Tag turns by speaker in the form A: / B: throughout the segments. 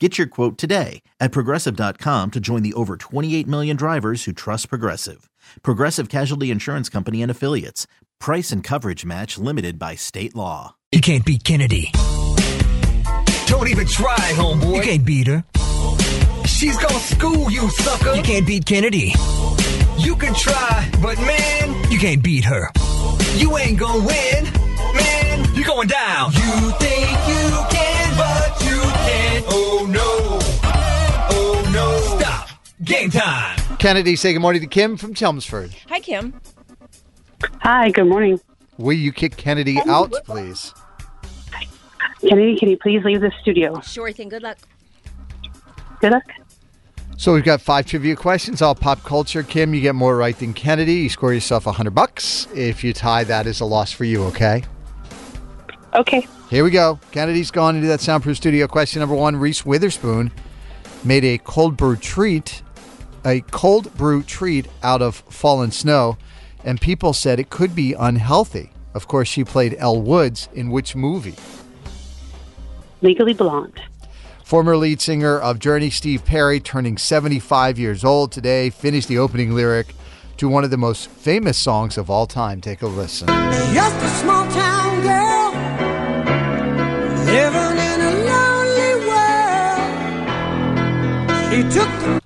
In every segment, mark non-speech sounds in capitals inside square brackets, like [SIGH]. A: Get your quote today at progressive.com to join the over 28 million drivers who trust Progressive. Progressive Casualty Insurance Company and Affiliates. Price and coverage match limited by state law.
B: You can't beat Kennedy.
C: Don't even try,
B: You
C: homeboy.
B: can't beat her.
C: She's gonna school you, sucker.
B: You can't beat Kennedy.
C: You can try, but man,
B: You can't beat her.
C: you ain't gonna win. Man, you're going down. You think you can, but you can't. Oh no. Oh no. Stop. Game time.
D: Kennedy, say good morning to Kim from Chelmsford.
E: Hi, Kim.
F: Hi, good morning.
D: Will you kick Kennedy out, please?
F: Kennedy, can you please leave the studio?
E: Sure thing. Good luck.
F: Good luck.
D: So we've got five trivia questions, all pop culture. Kim, you get more right than Kennedy. You score yourself a hundred bucks. If you tie, that is a loss for you. Okay.
F: Okay.
D: Here we go. Kennedy's gone into that soundproof studio. Question number one: Reese Witherspoon made a cold brew treat, a cold brew treat out of fallen snow, and people said it could be unhealthy. Of course, she played Elle Woods in which movie?
F: Legally Blonde.
D: Former lead singer of Journey, Steve Perry, turning 75 years old today, finished the opening lyric to one of the most famous songs of all time. Take a listen.
G: Just a small town girl living in a lonely world. She took the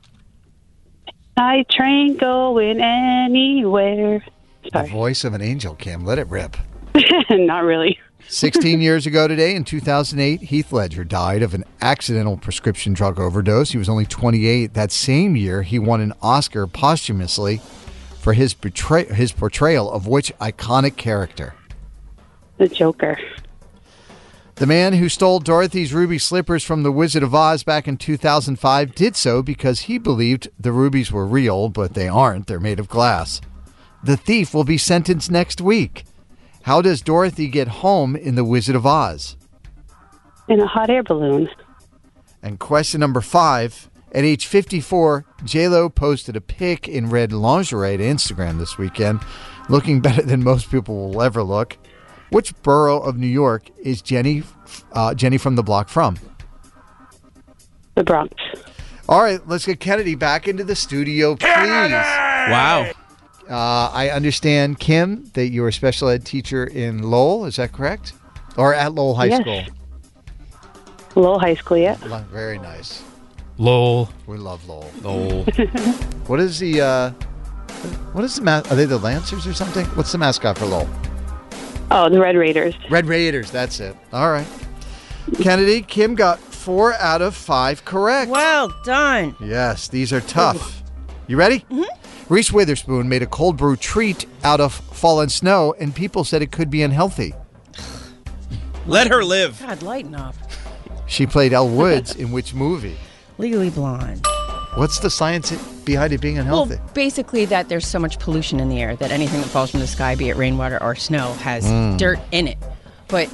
F: I train going anywhere.
D: The
F: Sorry,
D: voice of an angel, Kim. Let it rip.
F: [LAUGHS] not really.
D: 16 [LAUGHS] years ago today, in 2008, Heath Ledger died of an accidental prescription drug overdose. He was only 28. That same year, he won an Oscar posthumously for his, betray- his portrayal of which iconic character?
F: The Joker.
D: The man who stole Dorothy's ruby slippers from the Wizard of Oz back in 2005 did so because he believed the rubies were real, but they aren't. They're made of glass. The thief will be sentenced next week. How does Dorothy get home in The Wizard of Oz?
F: In a hot air balloon.
D: And question number five. At age 54, JLo posted a pic in red lingerie to Instagram this weekend, looking [LAUGHS] better than most people will ever look. Which borough of New York is Jenny, uh, Jenny from the Block from?
F: The Bronx.
D: All right, let's get Kennedy back into the studio, please.
H: Wow.
D: Uh, I understand, Kim, that you're a special ed teacher in Lowell. Is that correct? Or at Lowell High
F: Yes.
D: School?
F: Low high school yet?
D: Lo- Very nice.
H: Lol.
D: We love Lowell.
H: Lol.
D: What is the uh, what is the ma- are they the Lancers or something? What's the mascot for Lowell?
F: Oh, the
D: [LAUGHS]
F: Red Raiders.
D: Red Raiders. That's it. All right. Kennedy, Kim got four out of five correct.
E: Well done.
D: Yes, these are tough. You ready? Mm-hmm. Reese Witherspoon made a cold brew treat out of fallen snow, and people said it could be unhealthy.
H: Let her live.
E: God, lighten up.
D: She played Elle Woods in which movie?
E: Legally blonde.
D: What's the science behind it being unhealthy?
E: Well, basically, that there's so much pollution in the air that anything that falls from the sky, be it rainwater or snow, has dirt in it. But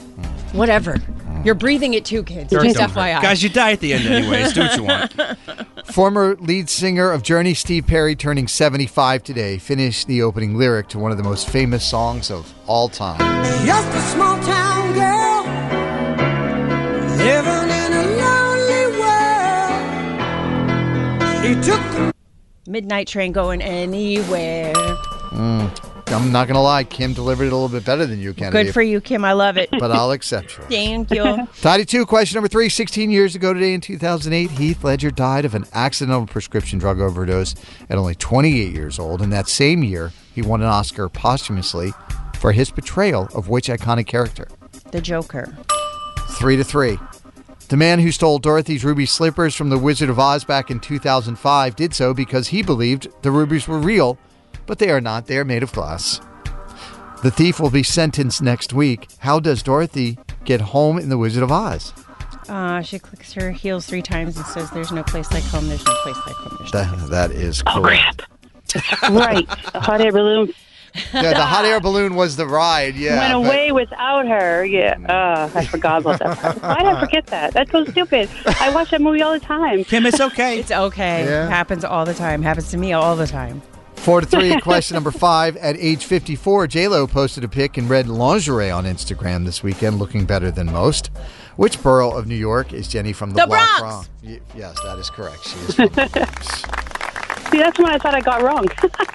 E: whatever. You're breathing it too, kids. Just FYI.
H: Guys, you die at the end anyways. Do what you want.
D: Former lead singer of Journey, Steve Perry, turning 75 today, finished the opening lyric to one of the most famous songs of all time.
G: just a small town girl living in a lonely world. She took the
E: Midnight train going anywhere.
D: I'm not gonna lie, Kim delivered it a little bit better than you, Kennedy.
E: Good for you, Kim. I love it.
D: But I'll accept her.
E: Thank you.
D: 92, question number three. 16 years ago today in 2008, Heath Ledger died of an accidental prescription drug overdose at only 28 years old. And that same year, he won an Oscar posthumously for his portrayal of which iconic character?
E: The Joker.
D: Three to three. The man who stole Dorothy's ruby slippers from the Wizard of Oz back in 2005 did so because he believed the rubies were real, but they are not. They are made of glass. The thief will be sentenced next week. How does Dorothy get home in the Wizard of Oz?
E: Uh, she clicks her heels three times and says, "There's no place like home. There's no place like home." There's no
D: That, that is cool.
F: right. A hot air balloon
D: yeah, the hot air balloon was the ride. Yeah.
F: went
D: but- Mm.
F: away without her. Yeah. Oh, I forgot about that part. Why did I forget that? That's so stupid. I watch that movie all the time.
H: Kim, it's okay.
E: It's okay.
D: Yeah.
E: Happens all the time. Happens to me all the time.
D: Four to three. Question number five. At age 54, JLo posted a pic in red lingerie on Instagram this weekend, looking better than most. Which borough of New York is Jenny from the,
E: The
D: block
E: Bronx!
D: from? Y- yes, that is correct. She is from the Bronx.
F: See, that's when I thought I got wrong. [LAUGHS]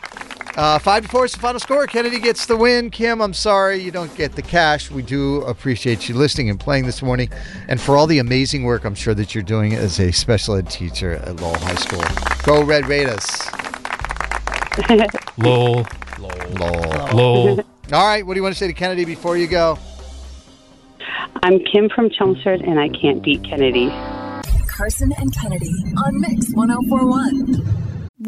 D: Uh, five to four is the final score. Kennedy gets the win. Kim, I'm sorry you don't get the cash. We do appreciate you listening and playing this morning, and for all the amazing work I'm sure that you're doing as a special ed teacher at Lowell High School. Go Red Raiders!
H: Lol.
D: Lowell.
H: Lol.
D: All right, what do you want to say to Kennedy before you go?
F: I'm Kim from Chelmsford, and I can't beat Kennedy.
G: Carson and Kennedy on Mix 1041.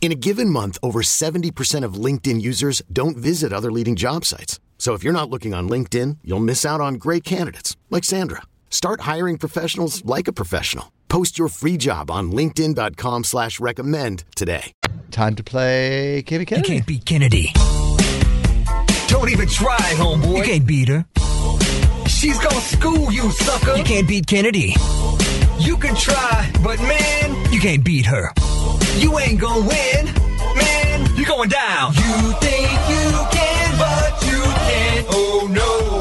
I: In a given month, over 70% of LinkedIn users don't visit other leading job sites. So if you're not looking on LinkedIn, you'll miss out on great candidates like Sandra. Start hiring professionals like a professional. Post your free job on linkedin.com/recommend slash recommend today.
D: Time to play Kimmy
B: You
D: Kennedy.
B: can't beat Kennedy.
C: Don't even try,
B: You
C: homeboy.
B: can't beat her.
C: She's gonna school you, sucker.
B: You can't beat Kennedy.
C: You can try, but man,
B: You can't beat her.
C: you ain't gonna win. Man, you're going down. You think you can, but you can't. Oh no.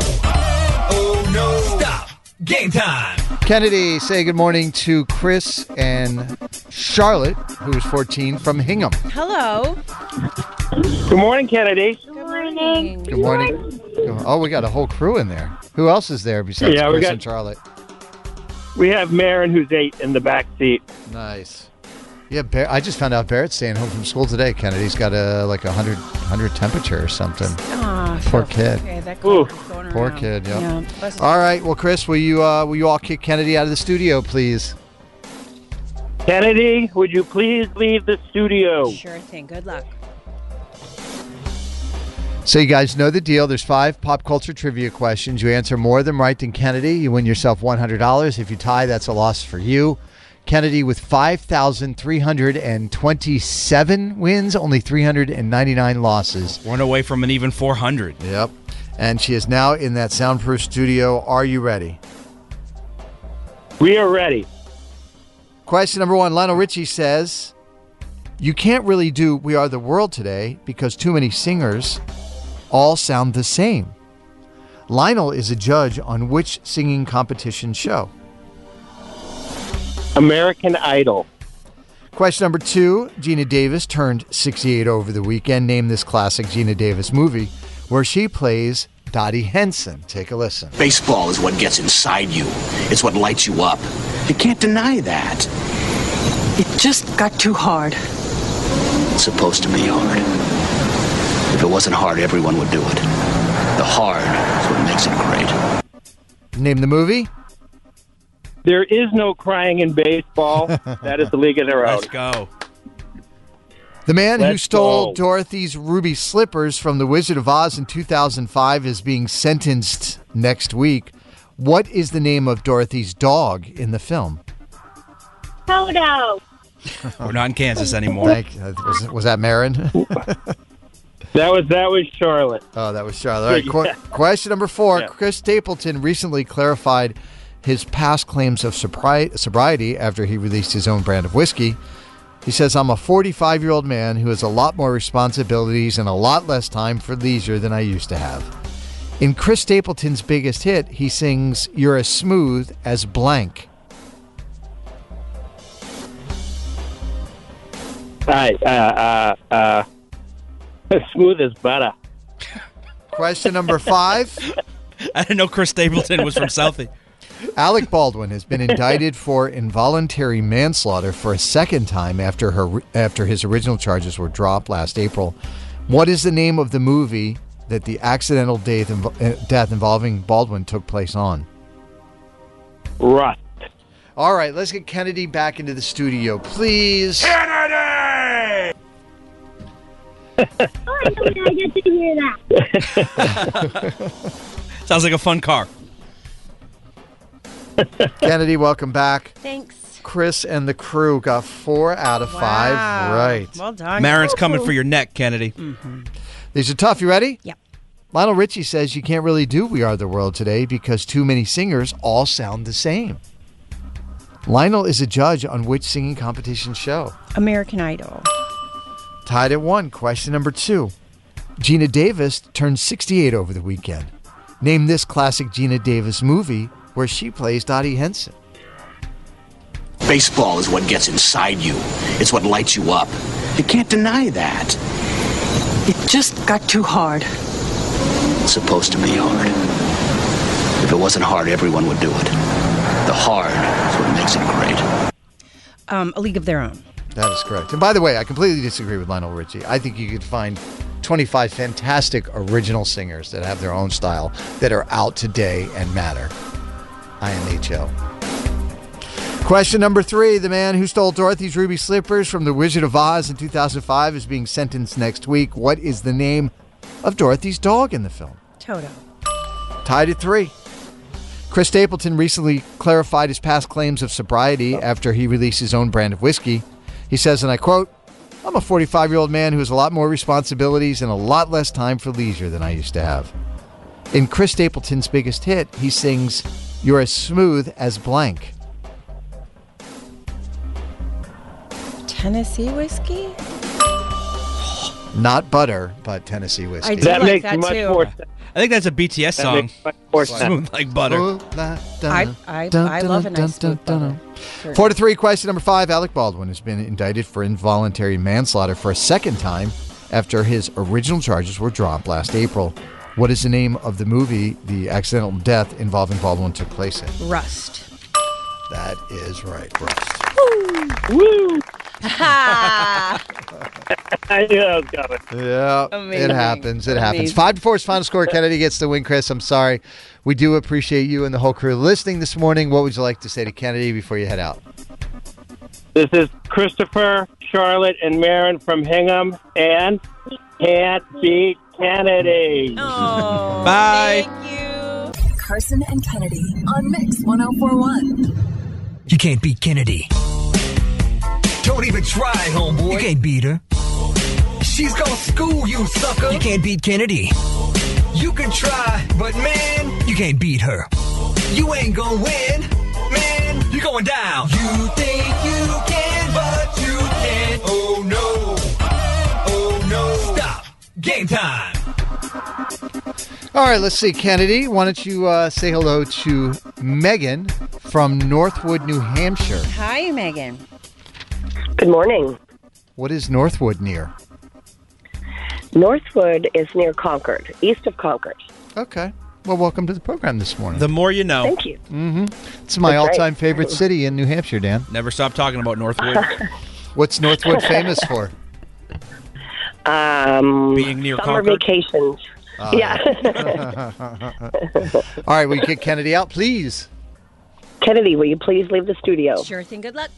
C: Oh no. Stop. Game time.
D: Kennedy, say good morning to Chris and Charlotte, who is 14 from Hingham.
E: Hello.
J: Good morning, Kennedy.
E: Good morning.
D: Good morning. Oh, we got a whole crew in there. Who else is there besides
J: Yeah, we
D: Chris
J: got-
D: and Charlotte?
J: We have Marin, who's eight, in the back seat.
D: Nice. Yeah, Bar- I just found out Barrett's staying home from school today. Kennedy's got a like a hundred hundred temperature or something.
E: Ah,
D: Poor
E: so-
D: kid.
E: Okay, that
J: Ooh.
E: cold is going
D: Poor
E: around.
D: kid. Yeah.
E: Bless
D: All right. Well, Chris, will you uh, will you all kick Kennedy out of the studio, please?
J: Kennedy, would you please leave the studio?
E: him. Sure thing. Good luck.
D: So you guys know the deal. There's five pop culture trivia questions. You answer more of them right than Kennedy, you win yourself $100. If you tie, that's a loss for you. Kennedy with 5,327 wins, only 399 losses.
H: One away from an even 400.
D: Yep. And she is now in that soundproof studio. Are you ready?
J: We are ready.
D: Question number one Lionel Richie says, You can't really do We Are the World today because too many singers all sound the same. Lionel is a judge on which singing competition show?
J: American Idol.
D: Question number two Gina Davis turned 68 over the weekend. Name this classic Gina Davis movie where she plays Dottie Henson. Take a listen.
K: Baseball is what gets inside you. It's what lights you up. You can't deny that.
L: It just got too hard.
K: It's supposed to be hard. If it wasn't hard, everyone would do it. The hard is what makes it
D: Name the movie?
J: There is no crying in baseball. that is the league of their own. Let's
H: go.
D: The man who
J: Let's
D: stole
J: go.
D: Dorothy's ruby slippers from The Wizard of Oz in 2005 is being sentenced next week. What is the name of Dorothy's dog in the film?
G: Toto.
H: We're not in Kansas anymore.
D: Thank- uh, was, was that Marin? [LAUGHS]
J: That was that was Charlotte.
D: Oh, that was Charlotte. All right, qu- question number four. Chris Stapleton recently clarified his past claims of sobri- sobriety after he released his own brand of whiskey. He says, I'm a 45 year old man who has a lot more responsibilities and a lot less time for leisure than I used to have. In Chris Stapleton's biggest hit, he sings, You're as smooth as blank.
J: Hi, uh, uh, uh, smooth as butter.
D: Question number five.
H: I didn't know Chris Stapleton was from Southie.
D: Alec Baldwin has been indicted for involuntary manslaughter for a second time after her after his original charges were dropped last April. What is the name of the movie that the accidental death, inv- uh, death involving Baldwin took place on?
J: Rust.
D: All right, let's get Kennedy back into the studio, please. Kennedy!
G: Oh, I know I get to hear that.
H: Sounds like a fun car.
D: Kennedy, welcome back.
E: Thanks.
D: Chris and the crew got four out of five
E: Wow.
D: right.
E: Well done.
H: Marin's coming for your neck, Kennedy.
D: These are tough. You ready?
E: Yep.
D: Lionel Richie says you can't really do We Are the World today because too many singers all sound the same. Lionel is a judge on which singing competition show?
E: American Idol.
D: Tied at one. Question number two. Gina Davis turned 68 over the weekend. Name this classic Gina Davis movie where she plays Dottie Henson.
K: great. Baseball is what gets inside you. It's what lights you up. You can't deny that.
L: It just got too hard.
K: It's supposed to be hard. If it wasn't hard, everyone would do it. The hard is what makes it great.
E: Um, a League of Their Own.
D: That is correct. And by the way, I completely disagree with Lionel Richie. I think you could find 25 fantastic original singers that have their own style that are out today and matter. IMHO. Question number three The man who stole Dorothy's ruby slippers from The Wizard of Oz in 2005 is being sentenced next week. What is the name of Dorothy's dog in the film?
E: Toto.
D: Tied at three. Chris Stapleton recently clarified his past claims of sobriety after he released his own brand of whiskey. He says, and I quote, I'm a 45 year old man who has a lot more responsibilities and a lot less time for leisure than I used to have. In Chris Stapleton's biggest hit, he sings, You're as smooth as blank.
E: Tennessee whiskey.
D: Not butter, but Tennessee whiskey.
E: I do That like makes that much too. more sense.
H: I think that's a BTS
D: That
H: song.
D: makes much more
H: Smooth
D: sense.
H: like butter.
E: I, I, I love a nice smooth butter. Sure.
D: Four to three. Question number five. Alec Baldwin has been indicted for involuntary manslaughter for a second time after his original charges were dropped last April. What is the name of the movie the accidental death involving Baldwin took place in?
E: Rust. [LAUGHS]
D: That is right, Rust.
J: Woo!
E: Ha!
J: I knew that was coming.
D: Yeah,
E: Amazing.
D: it happens. It happens.
E: Amazing.
D: Five to four is final score. Kennedy gets the win. Chris, I'm sorry. We do appreciate you and the whole crew listening this morning. What would you like to say to Kennedy before you head out?
J: This is Christopher, Charlotte, and Marin from Hingham, and can't beat Kennedy.
E: Oh,
H: Bye.
M: Carson and Kennedy on Mix 1041.
B: You can't beat Kennedy.
C: Don't even try, homeboy.
B: You can't beat her.
C: She's gonna school you, sucker.
B: You can't beat Kennedy.
C: You can try, but man,
B: You can't beat her.
C: you ain't gonna win. Man, you're going down. You think you can, but you can't. Oh no. Oh no. Stop. Game time.
D: All right, let's see, Kennedy. Why don't you uh, say hello to Megan from Northwood, New Hampshire?
E: Hi, Megan.
N: Good morning.
D: What is Northwood near?
N: Northwood is near Concord, east of Concord.
D: Okay. Well, welcome to the program this morning.
H: The more you know.
N: Thank you.
D: Mm-hmm. It's my
H: That's right.
D: all-time favorite city in New Hampshire, Dan.
H: Never stop talking about Northwood.
D: What's Northwood famous for?
N: Um,
H: Being near
N: Summer
H: Concord.
N: vacations.
D: Ah.
N: yeah.
D: All right, will you kick Kennedy out, please?
N: Kennedy, will you please leave the studio?
E: Sure thing. Good luck.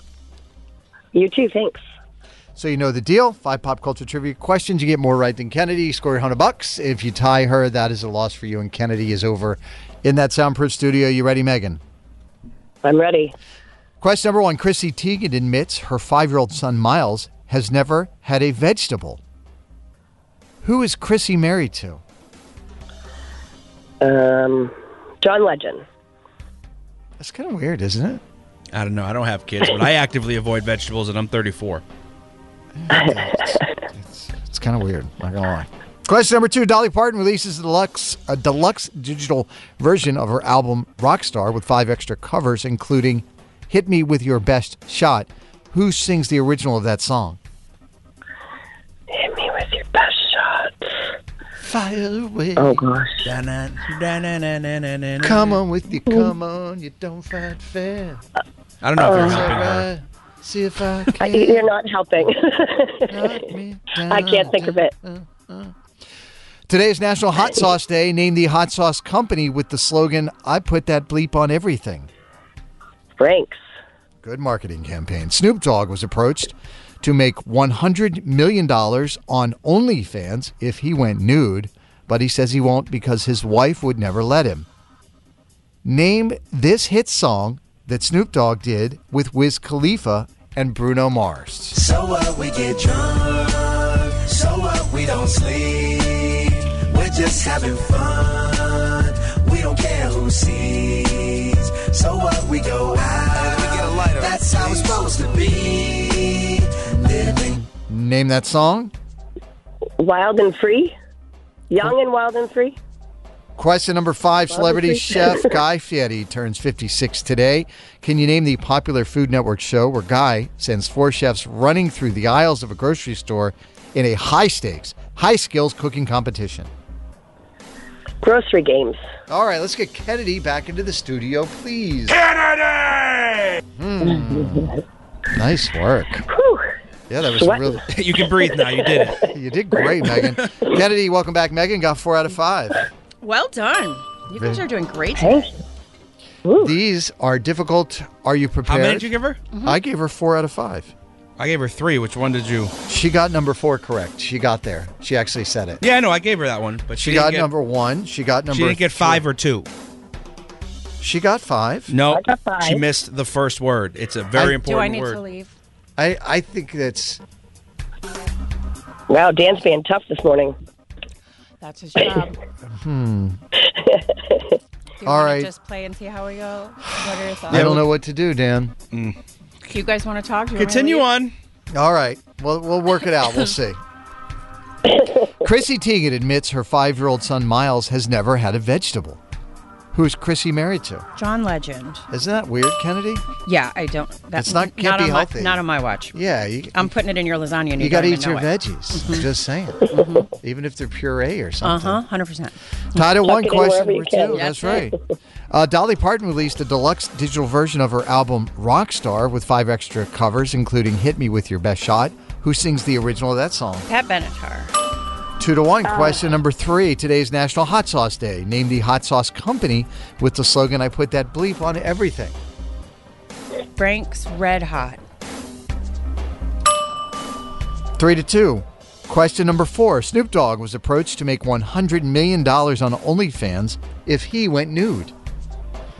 N: You too. Thanks.
D: So you know the deal. Five pop culture trivia questions. You get more right than Kennedy. You score a hundred bucks. If you tie her, that is a loss for you, and Kennedy is over in that soundproof studio. You ready, Megan?
N: I'm ready.
D: Question number one: Chrissy Teigen admits her five-year-old son Miles has never had a vegetable. Who is Chrissy married to?
N: Um, John Legend.
D: That's kind of weird, isn't it?
H: I don't know. I don't have kids, but I actively avoid vegetables, and I'm 34.
D: It's kind of weird. Not gonna lie. Question number two: Dolly Parton releases a deluxe, a deluxe digital version of her album Rockstar with five extra covers, including "Hit Me with Your Best Shot." Who sings the original of that song?
N: Hit me with your best shot.
D: Fire away.
N: Oh gosh.
D: Come on with you, come on, you don't fight fair.
H: I don't know if
N: Oh.
H: you're helping her.
D: See if I
N: I,
D: can.
N: you're not helping. [LAUGHS] I can't think of it.
D: Today is National Hot Sauce Day. Name the hot sauce company with the slogan "I put that bleep on everything."
N: Franks.
D: Good marketing campaign. Snoop Dogg was approached to make $100 million on OnlyFans if he went nude, but he says he won't because his wife would never let him. Name this hit song that Snoop Dogg did with Wiz Khalifa and Bruno Mars.
C: So what? We get drunk. So what? We don't sleep. We're just having fun. We don't care who sees. So what? We go out. We get a lighter. That's how it's supposed to be. Living.
D: Name that song.
N: Wild and free. Young and wild and free.
D: Question number five Celebrity
N: Barbecue.
D: chef Guy Fieri turns 56 today. Can you name the popular Food Network show where Guy sends four chefs running through the aisles of a grocery store in a high stakes, high skills cooking competition?
N: Grocery games.
D: All right, let's get Kennedy back into the studio, please. Kennedy! Nice work. Yeah, that was
H: Sweat.
D: really. [LAUGHS]
H: [LAUGHS] You can breathe now. You did it.
D: you did great, Megan. Kennedy, welcome back, Megan. Got four out of five.
E: Well done. You guys
D: Very-
E: are doing great.
D: These are difficult. Are you
H: How
D: prepared?
H: many did you give her?
D: Mm-hmm. I gave her four out of five.
H: I gave her three. Which one did you?
D: She got number four correct. She got there. She actually said it.
H: Yeah, I know. I gave her that one, but
D: She,
H: she, didn't
D: got
H: get-
D: number one. She got number.
H: She didn't get five or two.
D: She got five.
H: No, she missed the first word. It's a very important word.
E: leave?
D: I I think that's
N: Wow, Dan's being tough this morning.
E: That's his [LAUGHS] job.
D: hmm.
E: Do you
D: All
E: wanna
D: right.
E: Just play and see how we go. What are your thoughts?
D: I don't know what to do, Dan.
E: Do you guys want to talk? Do you want me to
H: Continue
E: leave?
H: on.
D: All right. We'll we'll work it out. We'll
E: [LAUGHS]
D: see. Chrissy Teigen admits her five-year-old son Miles has never had a vegetable. Who is Chrissy married to?
E: John Legend.
D: Isn't that weird, Kennedy?
E: Yeah, I don't. That's
D: It's not- can't
E: not
D: be
E: on my-
D: healthy.
E: not on my watch.
D: Yeah, you,
E: I'm putting it in your lasagna. And
D: you got to
E: don't
D: eat
E: even
D: your
E: know it. Mm-hmm.
D: veggies. Just saying. Even if they're puree or
E: Uh
D: something.
E: huh. Hundred percent.
D: Tied at
E: Tuck
D: one
E: it in
D: question
E: wherever you
D: number two.
E: can.
D: That's,
E: That's
D: right.
E: right.
D: Uh, Dolly Parton released a deluxe digital version of her album Rockstar with five extra covers, including Hit Me With Your Best Shot. Who sings the original of that song?
E: Pat Benatar.
D: Two to
E: Oh.
D: one. Question number three. Today's National Hot Sauce Day. Name the hot sauce company with the slogan, I put that bleep on everything.
E: Frank's Red Hot.
D: Three to two. Question number four. Snoop Dogg was approached to make $100 million on OnlyFans if he went nude.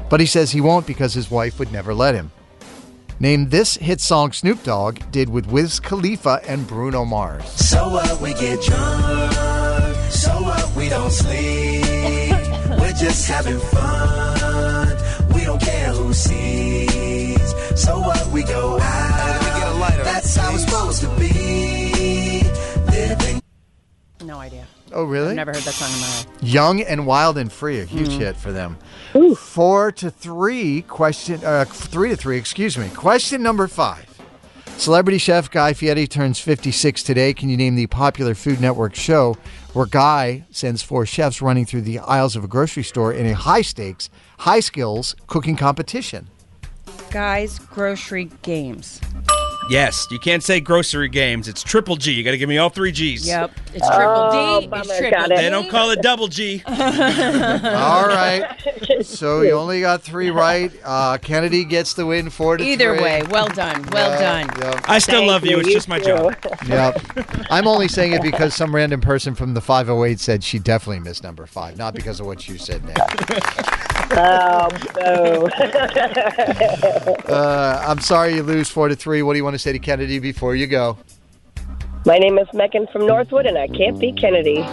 D: But he says he won't because his wife would never let him. Name this hit song Snoop Dogg did with Wiz Khalifa and Bruno Mars.
C: So what? We get drunk. So what? We don't sleep. We're just having fun. We don't care who sees. So what? We go out. We get a lighter. That's how it's supposed to be. Living.
E: No idea.
D: Oh, really?
E: I've never heard that song in my life.
D: Young and Wild and Free, a huge
E: Mhm.
D: hit for them. Four to three question, uh, three to three, excuse me. Question number five. Celebrity chef Guy Fieri turns 56 today. Can you name the popular Food Network show where Guy sends four chefs running through the aisles of a grocery store in a high stakes, high skills cooking competition?
E: Guys, grocery games.
H: Yes, you can't say grocery games. It's triple G. You got to give me all three G's.
E: Yep. It's triple
H: Oh,
E: D. It's
H: bummer.
E: triple
H: Got it. They don't call it double G.
D: All right. So you only got three right. Uh, Kennedy gets the win four to
E: Either
D: three.
E: way, well done. Well
D: Yeah,
E: done.
D: yeah.
H: I still love you. It's just my job.
D: [LAUGHS] Yep. I'm only saying it because some random person from the 508 said she definitely missed number five, not because of what you said, Nick.
F: Oh, no.
D: [LAUGHS] Uh, I'm sorry you lose four to three. What do you want to say to Kennedy before you go?
F: My name is Megan from Northwood, and I can't be Kennedy.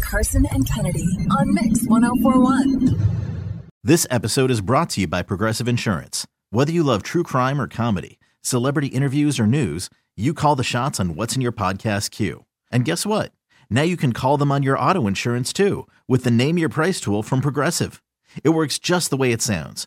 O: Carson and Kennedy on Mix 1041.
A: This episode is brought to you by Progressive Insurance. Whether you love true crime or comedy, celebrity interviews or news, you call the shots on what's in your podcast queue. And guess what? Now you can call them on your auto insurance too with the Name Your Price tool from Progressive. It works just the way it sounds.